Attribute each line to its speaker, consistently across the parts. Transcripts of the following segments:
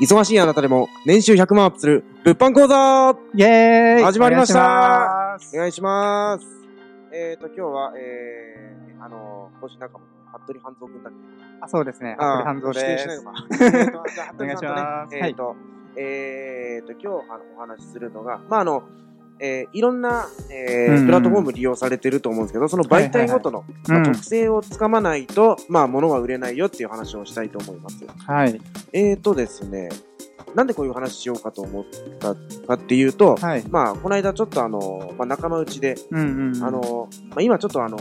Speaker 1: 忙しいあなたでも年収100万アップする物販講座
Speaker 2: イェーイ
Speaker 1: 始まりました
Speaker 2: お
Speaker 1: お
Speaker 2: 願いします
Speaker 1: 願いします。えーと、今日は、えー、あのー、今週なんかも、服部半蔵くんだっけ
Speaker 2: あそうですね。
Speaker 1: あー
Speaker 2: 半蔵
Speaker 1: 指定
Speaker 2: で
Speaker 1: し
Speaker 2: す
Speaker 1: ない。のか。えーとじゃあ
Speaker 2: お願い
Speaker 1: 服部
Speaker 2: します
Speaker 1: さんとねえーと、えーと、今日あのお話しするのが、まあ、あの、えーいろんな、えー
Speaker 2: うん
Speaker 1: プラットフォーム利用されてると思うんですけど、その媒体ごとの、
Speaker 2: うん
Speaker 1: まあ特性をつかまないと、まあ、物は売れないよっていう話をしたいと思います。
Speaker 2: はい。
Speaker 1: えーとですね、なんでこういう話しようかと思ったかっていうと、
Speaker 2: はい。
Speaker 1: まあ、この間ちょっとあの、まあ、仲間内で、
Speaker 2: うんうん。
Speaker 1: あ、の、まあ、今ちょっとあの、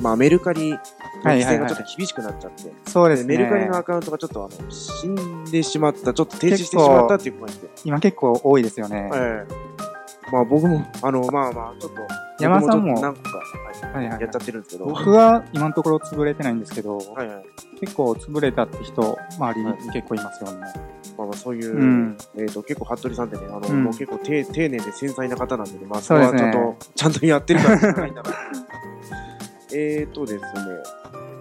Speaker 1: まあ、メルカリの規制がちょっと厳しくなっちゃって、
Speaker 2: そうで
Speaker 1: ですメ
Speaker 2: ね。
Speaker 1: ルカリのアカウントがちょっとあの死んでしまった、ちょっと停止してしまったっていう声で、
Speaker 2: 今結構多いですよね。
Speaker 1: ええまあ僕も、あの、まあまあ、ちょっと、
Speaker 2: 山田さんも
Speaker 1: 僕ちょっと何個かはい
Speaker 2: はいはい
Speaker 1: やっちゃってるんですけど、
Speaker 2: 僕は今のところ潰れてないんですけど、
Speaker 1: はいはい
Speaker 2: 結構潰れたって人、周りに結構いますよね。
Speaker 1: まあ、まあそういう、
Speaker 2: うん
Speaker 1: えっ、と、結構服部さんってね、あの、
Speaker 2: うん
Speaker 1: もう結構丁丁寧で繊細な方なんでね、まあ、そ
Speaker 2: そう
Speaker 1: こ
Speaker 2: で
Speaker 1: はち
Speaker 2: す
Speaker 1: ょっ
Speaker 2: ね
Speaker 1: と、ちゃんとやってるからじゃ ないんだな。えっとですね、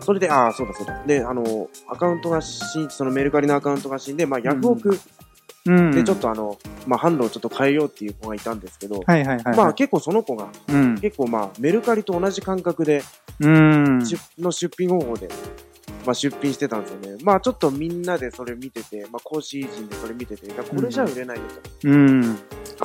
Speaker 1: それで、ああ、そうだそうだ。で、あの、アカウントが死ん、そのメルカリのアカウントが死んで、まあ、ヤフオク
Speaker 2: うん。
Speaker 1: でちょっ。とあの、まあ、販路をちょっと変えようっていう子がいたんですけど、
Speaker 2: はいはいはいはい。
Speaker 1: まあ、結構その子が、
Speaker 2: うん。
Speaker 1: 結構まあ、メルカリと同じ感覚で、
Speaker 2: うん。
Speaker 1: 出の出品方法で、まあ、出品してたんですよね。まあちょっとみんなでそれ見てて、まあ講師陣でそれ見てて、いやこれじゃ売れないよと。
Speaker 2: うん。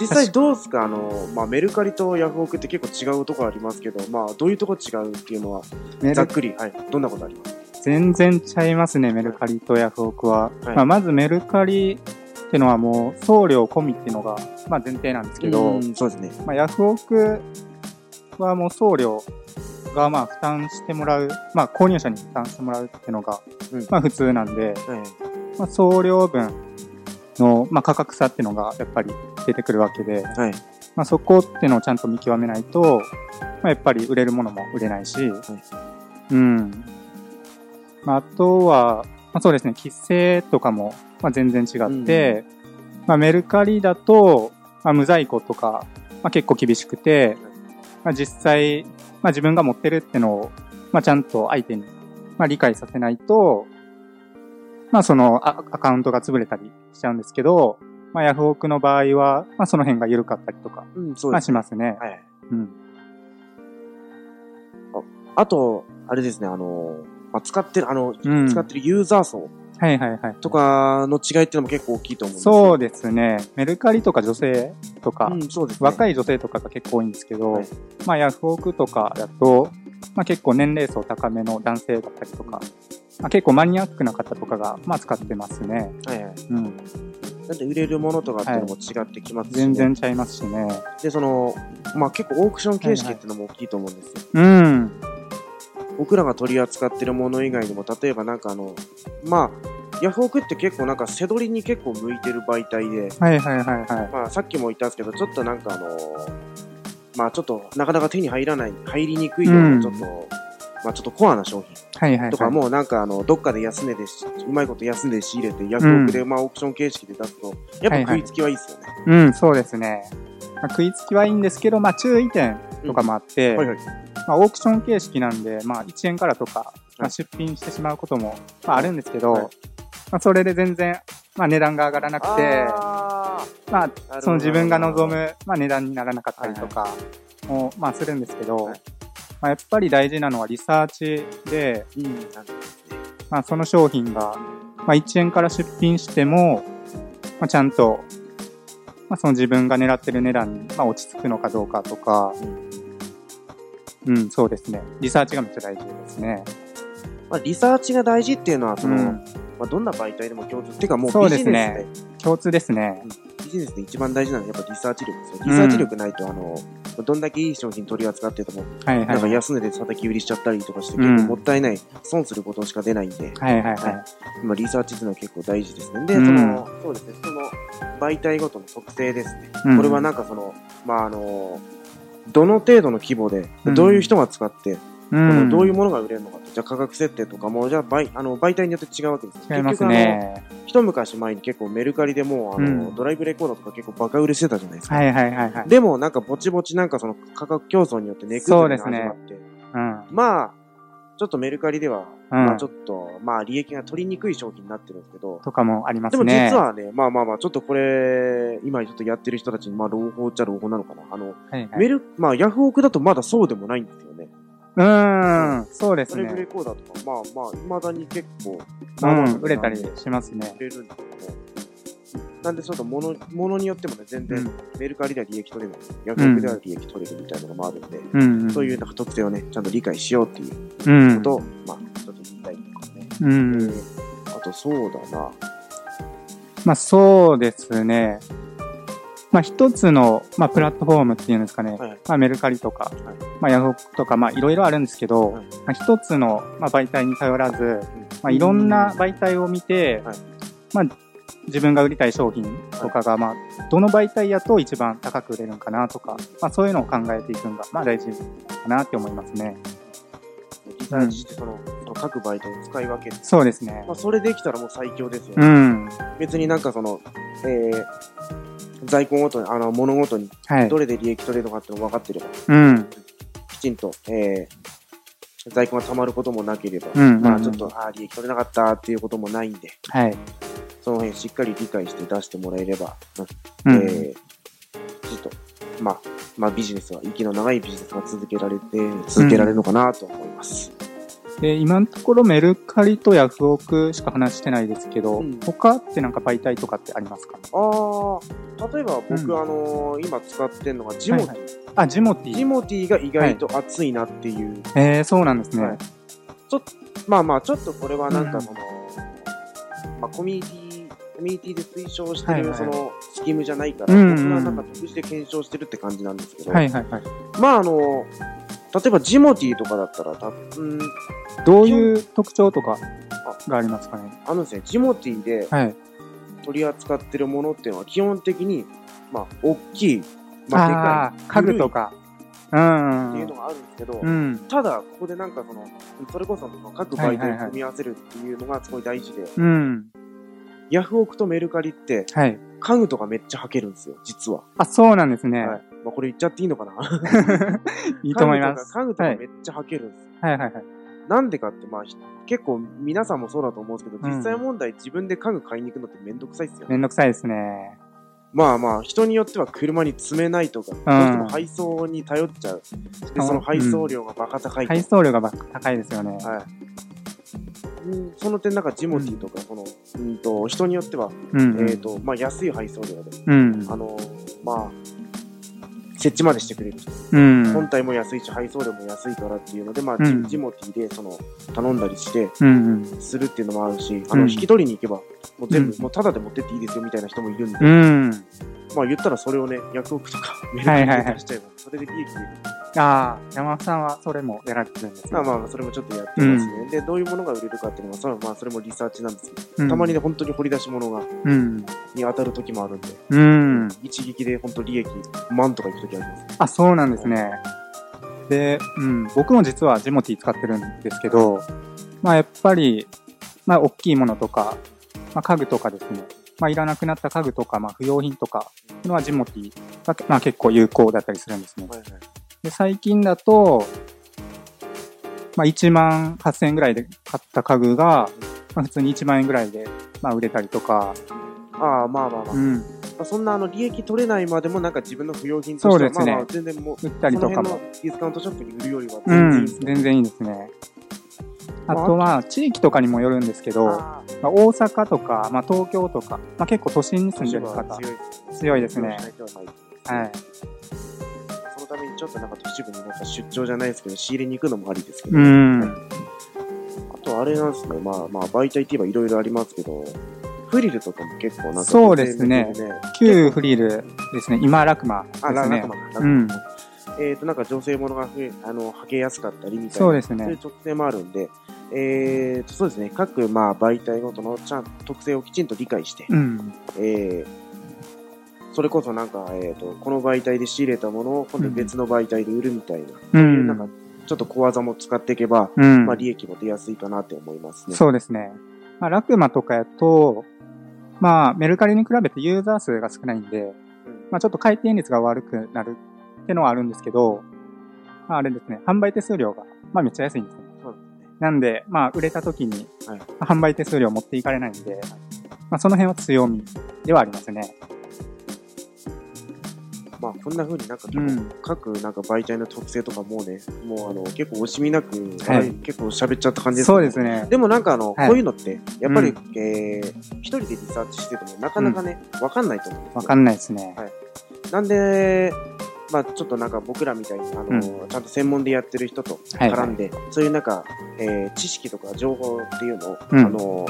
Speaker 1: 実際どうすかあの、まあメルカリとヤフオクって結構違うとこありますけど、まあどういうとこ違うっていうのは、
Speaker 2: メ
Speaker 1: ざっ
Speaker 2: ル
Speaker 1: くり、はい、どんなことあります
Speaker 2: 全然ちゃいますね、メルカリとヤフオクは。
Speaker 1: はい
Speaker 2: まあ、まずメルカリってのはもう送料込みっていうのが、まあ、前提なんですけど、
Speaker 1: うんそうですね。
Speaker 2: まあ、ヤフオクはもう送料がまあ負担してもらう、まあ、購入者に負担してもらうっていうのが、
Speaker 1: うん
Speaker 2: まあ、普通なん
Speaker 1: は
Speaker 2: で、
Speaker 1: い。
Speaker 2: まあ、送料分の、まあ、価格差っていうのがやっぱり出てくるわけで、
Speaker 1: はい。
Speaker 2: まあ、そこっていうのをちゃんと見極めないと、まあ、やっぱり売れるものも売れないし、うん。まあ、あとは、まあ、そうですね、規制とかも、まあ、全然違って、まあ、メルカリだと、まあ、無在庫とか、まあ、結構厳しくて、まあ、実際、まあ、自分が持ってるってのを、まあ、ちゃんと相手に、まあ、理解させないと、まあ、そのアアカウントが潰れたりしちゃうんですけど、まあ、ヤフオクの場合は、まあ、その辺が緩かったりとか、
Speaker 1: うん、そうで
Speaker 2: まあ、
Speaker 1: す
Speaker 2: し
Speaker 1: ね。
Speaker 2: ますね。
Speaker 1: はい。
Speaker 2: うん。
Speaker 1: あと、あれですね、あの、まあ使ってる、あの、
Speaker 2: うん
Speaker 1: 使ってるユーザー層
Speaker 2: はいはいはい。
Speaker 1: とかの違いっていうのも結構大きいと思うんです
Speaker 2: そうですね。メルカリとか女性とか、
Speaker 1: うん、そうですね。
Speaker 2: 若
Speaker 1: い。
Speaker 2: い女性とかが結構多いんですけど、
Speaker 1: はい
Speaker 2: まあヤフオクとかだと、まあ結構年齢層高めの男性だったりとか、まあ、結構マニアックな方とかが、まあ使ってますね。
Speaker 1: はいはい。
Speaker 2: うん。
Speaker 1: なんで売れるものとかっていうのも違ってきますし、ね
Speaker 2: 全然ちゃいますしね。
Speaker 1: で、その、まあ結構オークション形式っていうのも大きいと思うんですよ。
Speaker 2: うん。
Speaker 1: 僕らが取り扱ってるもの以外にも、例えばなんかあの、まあ、ヤフオクって結構なんか背取りに結構向いてる媒体で、
Speaker 2: はいはいはいはい。
Speaker 1: まあさっきも言ったんですけど、ちょっとなんかあの、まあちょっとなかなか手に入らない、入りにくいよう
Speaker 2: う
Speaker 1: な、
Speaker 2: ん
Speaker 1: ちょっと、まあちょっとコアな商品
Speaker 2: はいはい、はい。
Speaker 1: とか、もなんかあの、どっかで安値でし、うまいこと安値で仕入れて、ヤフオクでまあオークション形式で出すと、やっぱ食いつきはいいですよね。
Speaker 2: うん、そうですね。まあ、食いつきはいいんですけど、まあ注意点とかもあって、
Speaker 1: はいはい。
Speaker 2: まあ、オークション形式なんで、まあ、1円からとか、ま
Speaker 1: はい
Speaker 2: あ、出品してしまうことも、まあ、あるんですけど、
Speaker 1: はい
Speaker 2: まあ、それで全然、まあ、値段が上がらなくて、
Speaker 1: あ
Speaker 2: ま
Speaker 1: ー
Speaker 2: あ、その自分が望。
Speaker 1: なる
Speaker 2: む、まあ、値段にならなかったりとかも、まあ、するんですけど、
Speaker 1: はい
Speaker 2: まあ、やっぱり大事なのはリサーチで、
Speaker 1: ほどうん、なるほど
Speaker 2: まあ、その商品が、まあ、1円から出品しても、まあ、ちゃんと、まあ、その自分が狙ってる値段に、まあ、落ち着くのかどうかとか、うん、そうですね。リサーチがめっちゃ大事ですね。
Speaker 1: まあ、リサーチが大事っていうのは、その、
Speaker 2: うん
Speaker 1: まあ、どんな媒体でも共通。っていうかも
Speaker 2: そうう
Speaker 1: ビ
Speaker 2: で
Speaker 1: ジ
Speaker 2: す
Speaker 1: ネ
Speaker 2: ね
Speaker 1: スで、
Speaker 2: 共通ですね。
Speaker 1: ビジネスで一番大事なのはやっぱリサーチ力ですよ。
Speaker 2: うん
Speaker 1: リサーチ力ないと、あの、どんだけいい商品取り扱ってても、
Speaker 2: はいはい。
Speaker 1: なんか
Speaker 2: はい
Speaker 1: 安値で叩き売りしちゃったりとかして、
Speaker 2: うん
Speaker 1: 結構もったいない、損することしか出ないんで、
Speaker 2: はいはい。
Speaker 1: 今リサーチっていうのは結構大事ですね。で、そ
Speaker 2: うん
Speaker 1: の、そうですね、その媒体ごとの特性ですね。
Speaker 2: うん
Speaker 1: これはなんかその、まああの、どの程度の規模で、
Speaker 2: うん
Speaker 1: どういう人が使って、
Speaker 2: う
Speaker 1: この
Speaker 2: ん。
Speaker 1: どういう
Speaker 2: う
Speaker 1: ものが売れるのかと、じゃあ価格設定とかも、じゃあ媒あの媒体によって違うわけですよ
Speaker 2: 違いま
Speaker 1: 結局あ
Speaker 2: す
Speaker 1: の
Speaker 2: ね。
Speaker 1: 一昔前に結構メルカリでもうあの、
Speaker 2: うん
Speaker 1: ドライブレコーダーとか結構バカ売れしてたじゃないですか。
Speaker 2: はいはいはいはい。
Speaker 1: でもなんかぼちぼちなんかその価格競争によって値崩れが
Speaker 2: そう
Speaker 1: 始
Speaker 2: ですね
Speaker 1: まって、
Speaker 2: うん。
Speaker 1: まあ、ちょっとメルカリでは、
Speaker 2: うん
Speaker 1: まあちょっと、まあ利益が取りにくい商品になってるんですけど、
Speaker 2: とかもありま
Speaker 1: ですも
Speaker 2: ね。
Speaker 1: 実はね、まあまあまあ、ちょっとこれ、今ちょっとやってる人たちに、まあ朗報っちゃ朗報なのかな。あの、
Speaker 2: はいは
Speaker 1: メ
Speaker 2: い、
Speaker 1: ル、まあヤフオクだとまだそうでもないんですよね。
Speaker 2: うん、そうです
Speaker 1: それブレ
Speaker 2: ね。
Speaker 1: コーダーとか、まあまあ、未だに結構、
Speaker 2: う
Speaker 1: まあまあ
Speaker 2: ん、売れたりしますね
Speaker 1: 売。れるんですけどね。なんでそうだ、もの、ものによってもね、全
Speaker 2: う
Speaker 1: 然
Speaker 2: ん、
Speaker 1: メルカリでは利益取れない。ヤフオクでは利益取れるみたいなのもあるんで、
Speaker 2: うん、うん。
Speaker 1: そういうなんか特性をね、ちゃんと理解しようっていう
Speaker 2: うん、
Speaker 1: ことを、まあ、ちょっと言いたいとかね。
Speaker 2: うん。
Speaker 1: あと、そうだな。
Speaker 2: まあそうですね。まあ一つの、まあ、プラットフォームっていうんですかね。
Speaker 1: はい
Speaker 2: まあメルカリとか、
Speaker 1: はい
Speaker 2: まあヤフオクとか、まあいろいろあるんですけど、
Speaker 1: はい
Speaker 2: まあ一つの、まあ、媒体に頼らず、まあいろんな媒体を見て、
Speaker 1: はい
Speaker 2: まあ自分が売りたい商品とかが、まあどの媒体やと一番高く売れるんかなとか、まあそういうのを考えていくのが、まあ大事かなって思いますね。
Speaker 1: リサーチして、その、その各媒体を使い分ける。
Speaker 2: そうですね
Speaker 1: ま。あ、それできたらもう最強ですよ
Speaker 2: う
Speaker 1: ね。
Speaker 2: ん。
Speaker 1: 別になんかその、えー、在庫ごとに、あの、物ごとに、
Speaker 2: はい
Speaker 1: ど。れで利益取れるのかっていうの分かってれば、
Speaker 2: うん。
Speaker 1: きちんと、えー、在庫が溜まることもなければ、
Speaker 2: うんうんうん
Speaker 1: まあちょっと、ああ、利益取れなかったっていうこともないんで、
Speaker 2: はい。
Speaker 1: その辺しっかり理解して出してもらえれば、
Speaker 2: うん。
Speaker 1: えーきちんと、まあ、まあビジネスは、息の長いビジネスが続けられて、続けられるのかなと思います。
Speaker 2: で今のところメルカリとヤフオクしか話してないですけど、
Speaker 1: うん
Speaker 2: 他ってなんか媒体とかってありますか
Speaker 1: ああ、例えば僕、
Speaker 2: うん
Speaker 1: あのー今使ってるのがジモティ、
Speaker 2: はいあ、ジモテ
Speaker 1: ジ
Speaker 2: ィ。
Speaker 1: モティが意外と熱いなっていう、
Speaker 2: えー、そうなんですね。
Speaker 1: はいちょっと、まあまあ、ちょっとこれはなん
Speaker 2: う
Speaker 1: か
Speaker 2: ん
Speaker 1: その、まあコミュニティ、コミュニティで推奨して
Speaker 2: はい
Speaker 1: る
Speaker 2: はい
Speaker 1: そのスキームじゃないから、
Speaker 2: うんうん
Speaker 1: 僕はなんか独自で検証してるって感じなんですけど、
Speaker 2: はいはいはい。
Speaker 1: まああの、例えばジモティーとかだったら、たうん、
Speaker 2: どういう特徴とかがありますかね
Speaker 1: あのですね、ジモティーで
Speaker 2: はい。
Speaker 1: 取り扱ってるものっていうのは基本的に、まあ、大きい、まあ、で
Speaker 2: あ
Speaker 1: かい
Speaker 2: ー、家具とか。うん。
Speaker 1: 古いっていうのがあるんですけど、
Speaker 2: うん。
Speaker 1: ただ、ここでなんかその、それこそその各
Speaker 2: は
Speaker 1: 媒
Speaker 2: いはいはい
Speaker 1: 体を組み合わせるっていうのがすごい大事で、
Speaker 2: うん。
Speaker 1: ヤフオクとメルカリって
Speaker 2: はい。
Speaker 1: 家具とかめっちゃ履けるんですよ、実は。
Speaker 2: あ、そうなんですね。
Speaker 1: はい。まあ、これ言っちゃっていいのかな
Speaker 2: い、いと思います。
Speaker 1: 家具とか
Speaker 2: は
Speaker 1: 家
Speaker 2: い
Speaker 1: 具とかめっちゃ履けるんですよ。
Speaker 2: はいはいはい。
Speaker 1: なんでかって、まあ、ひ結構皆さんもそうだと思うんですけど、
Speaker 2: うん
Speaker 1: 実際問題自分で家具買いに行くのってめんどくさいっすよね。
Speaker 2: めんどくさいですね。
Speaker 1: まあまあ、人によっては車に積めないとか、どうしても配送に頼っちゃう。で、その配送料がバカ高いとか。
Speaker 2: 配送料がば高いですよね。
Speaker 1: はい。うんその点、なんかジモティとか、その、うんと、人によっては、
Speaker 2: うん、うん。
Speaker 1: えっと、まあ、安い配送料で、
Speaker 2: うん。
Speaker 1: あのー、まあ、設置までしてくれる。
Speaker 2: うん。
Speaker 1: 本体も安いし、配送料も安いからっていうので、まあ、
Speaker 2: うん
Speaker 1: ジジモティで、その、頼んだりして、
Speaker 2: うんうん。
Speaker 1: するっていうのもあるし、あ
Speaker 2: う
Speaker 1: の、
Speaker 2: ん
Speaker 1: 引き取りに行けば、もう全
Speaker 2: う
Speaker 1: 部、もうタダで持ってっていいですよみたいな人もいるんで、
Speaker 2: うん。
Speaker 1: まあ言ったらそれをね、薬クとか、メル
Speaker 2: は
Speaker 1: カ
Speaker 2: い
Speaker 1: リ
Speaker 2: はいはい
Speaker 1: で出しちゃえば、それで利益出る。
Speaker 2: ああ、山田さんはそれもやられてるんですね
Speaker 1: まあまあまあ、それもちょっとやってますね。で、どういうものが売れるかっていうのは、それはまあ、それもリサーチなんですけど、
Speaker 2: うん
Speaker 1: たまにね、本当に掘り出し物が、
Speaker 2: うん。
Speaker 1: に当たる時もあるんで、
Speaker 2: うん。
Speaker 1: 一撃で本当利益、万とかいく時あります。
Speaker 2: あ、そうなんですね。で、うん、僕も実はジモティ使ってるんですけど、まあやっぱり、まあ大きいものとか、まあ家具とかですね、まあいらなくなった家具とか、まあ不要品とか、のはジモティが、まあ結構有効だったりするんですね。
Speaker 1: はいはい。
Speaker 2: で、最近だと、まあ1万8000円ぐらいで買った家具が、まあ普通に1万円ぐらいで、まあ売れたりとか、
Speaker 1: ああ、まあまあまあ。
Speaker 2: う
Speaker 1: ま
Speaker 2: ん、
Speaker 1: あ、そんなあの利益取れないまでも、なんか自分の不要品として
Speaker 2: そう
Speaker 1: は、
Speaker 2: です
Speaker 1: ま
Speaker 2: ね
Speaker 1: あまあ、全然もう、
Speaker 2: 売ったりとか
Speaker 1: その
Speaker 2: も。
Speaker 1: 辺のディスカウントショップに売るよりは
Speaker 2: う
Speaker 1: 全然いい
Speaker 2: ん、
Speaker 1: ですね。
Speaker 2: 全然いいですね。あ
Speaker 1: まあ
Speaker 2: とは、地域とかにもよるんですけど、
Speaker 1: あ
Speaker 2: ま
Speaker 1: ー
Speaker 2: あ、大阪とか、まあ、東京とか、まあ、結構都心に住んでる
Speaker 1: 都
Speaker 2: 方
Speaker 1: 市部は強い
Speaker 2: 強いですね。
Speaker 1: 強い人はない
Speaker 2: はい。
Speaker 1: そのためにちょっとなんか都市部になんか出張じゃないですけど、仕入れに行くのもありですけど、
Speaker 2: う
Speaker 1: はい
Speaker 2: ん。
Speaker 1: あとあれなんですね、まあまあ媒体って言えばいろいろありますけど、フリルとかも結構なんか
Speaker 2: そうですね
Speaker 1: 女性向けで
Speaker 2: 旧フリルですね。今ラクマです
Speaker 1: あ、ララ
Speaker 2: ね
Speaker 1: ク。マか。
Speaker 2: うん
Speaker 1: ラクマえっ、と、なんか女性ものが増え、あの、履けやすかったりみたいな。
Speaker 2: そうです
Speaker 1: そういう
Speaker 2: ね。
Speaker 1: 特性もあるんで、えーと、そうですね、各、まあ、媒体ごとのちゃん特性をきちんと理解して、
Speaker 2: うん。
Speaker 1: えーそれこそなんか、えーと、この媒体で仕入れたものを今度別の媒体で売るみたいな、
Speaker 2: う。
Speaker 1: そういうんなんか、ちょっと小技も使っていけば、
Speaker 2: うん
Speaker 1: まあ、利益も出やすいかなって思いますね。
Speaker 2: そうですね。まあ、ラクマとかやと、まあ、メルカリに比べてユーザー数が少ないんで、
Speaker 1: うん
Speaker 2: まあ、ちょっと回転率が悪くなるってのはあるんですけど、まあ、あれですね、販売手数料が、まあ、めっちゃ安いんですね。
Speaker 1: そうですね。
Speaker 2: なんで、まあ、売れた時に、
Speaker 1: はい
Speaker 2: 販売手数料持っていかれないんで、まあ、その辺は強みではありますね。
Speaker 1: まあ、こんな風になんか、
Speaker 2: うん。
Speaker 1: 各なんか媒体の特性とかもうね、もうあの結構惜しみなく、
Speaker 2: はい
Speaker 1: はい結構喋っちゃった感じですけど
Speaker 2: そうですね。
Speaker 1: でもなんかあの、
Speaker 2: はい
Speaker 1: こういうのって、やっぱり、
Speaker 2: う
Speaker 1: えー一人でリサーチしててもなかなかね、わ、かんないと思うんですよ
Speaker 2: わかんないですね。
Speaker 1: なんで、まあちょっとなんか僕らみたいに、あの、
Speaker 2: う
Speaker 1: ちゃんと専門でやってる人と
Speaker 2: はい
Speaker 1: 絡んで、そういうなんか、えー知識とか情報っていうのを、
Speaker 2: うん
Speaker 1: あの、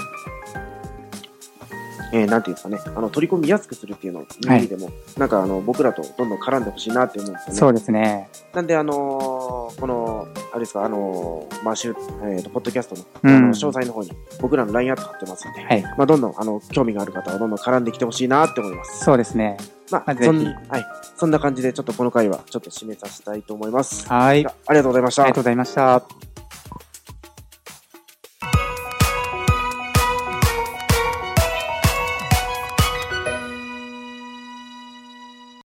Speaker 1: えーなんていうんですかね、あの、取り込みやすくするっていうのを、
Speaker 2: はい
Speaker 1: 意味でも、なんかあの、僕らとどんどん絡んでほしいなって思うんですよね。
Speaker 2: そうですね。
Speaker 1: なんで、あのーこの、あれですか、あのーまあ、しゅえっ、と、ポッドキャストの、
Speaker 2: うん
Speaker 1: あの、詳細の方に、僕らの LINE アット貼ってますんで、
Speaker 2: はい
Speaker 1: まあ、どんどん、あの、興味がある方は、どんどん絡んできてほしいなって思います。
Speaker 2: そうですね。
Speaker 1: まあ、
Speaker 2: あぜひ
Speaker 1: そん、はい。そんな感じで、ちょっとこの回は、ちょっと締めさせたいと思います。
Speaker 2: はい。あり
Speaker 1: ありがとうございました
Speaker 2: がとう。ございました。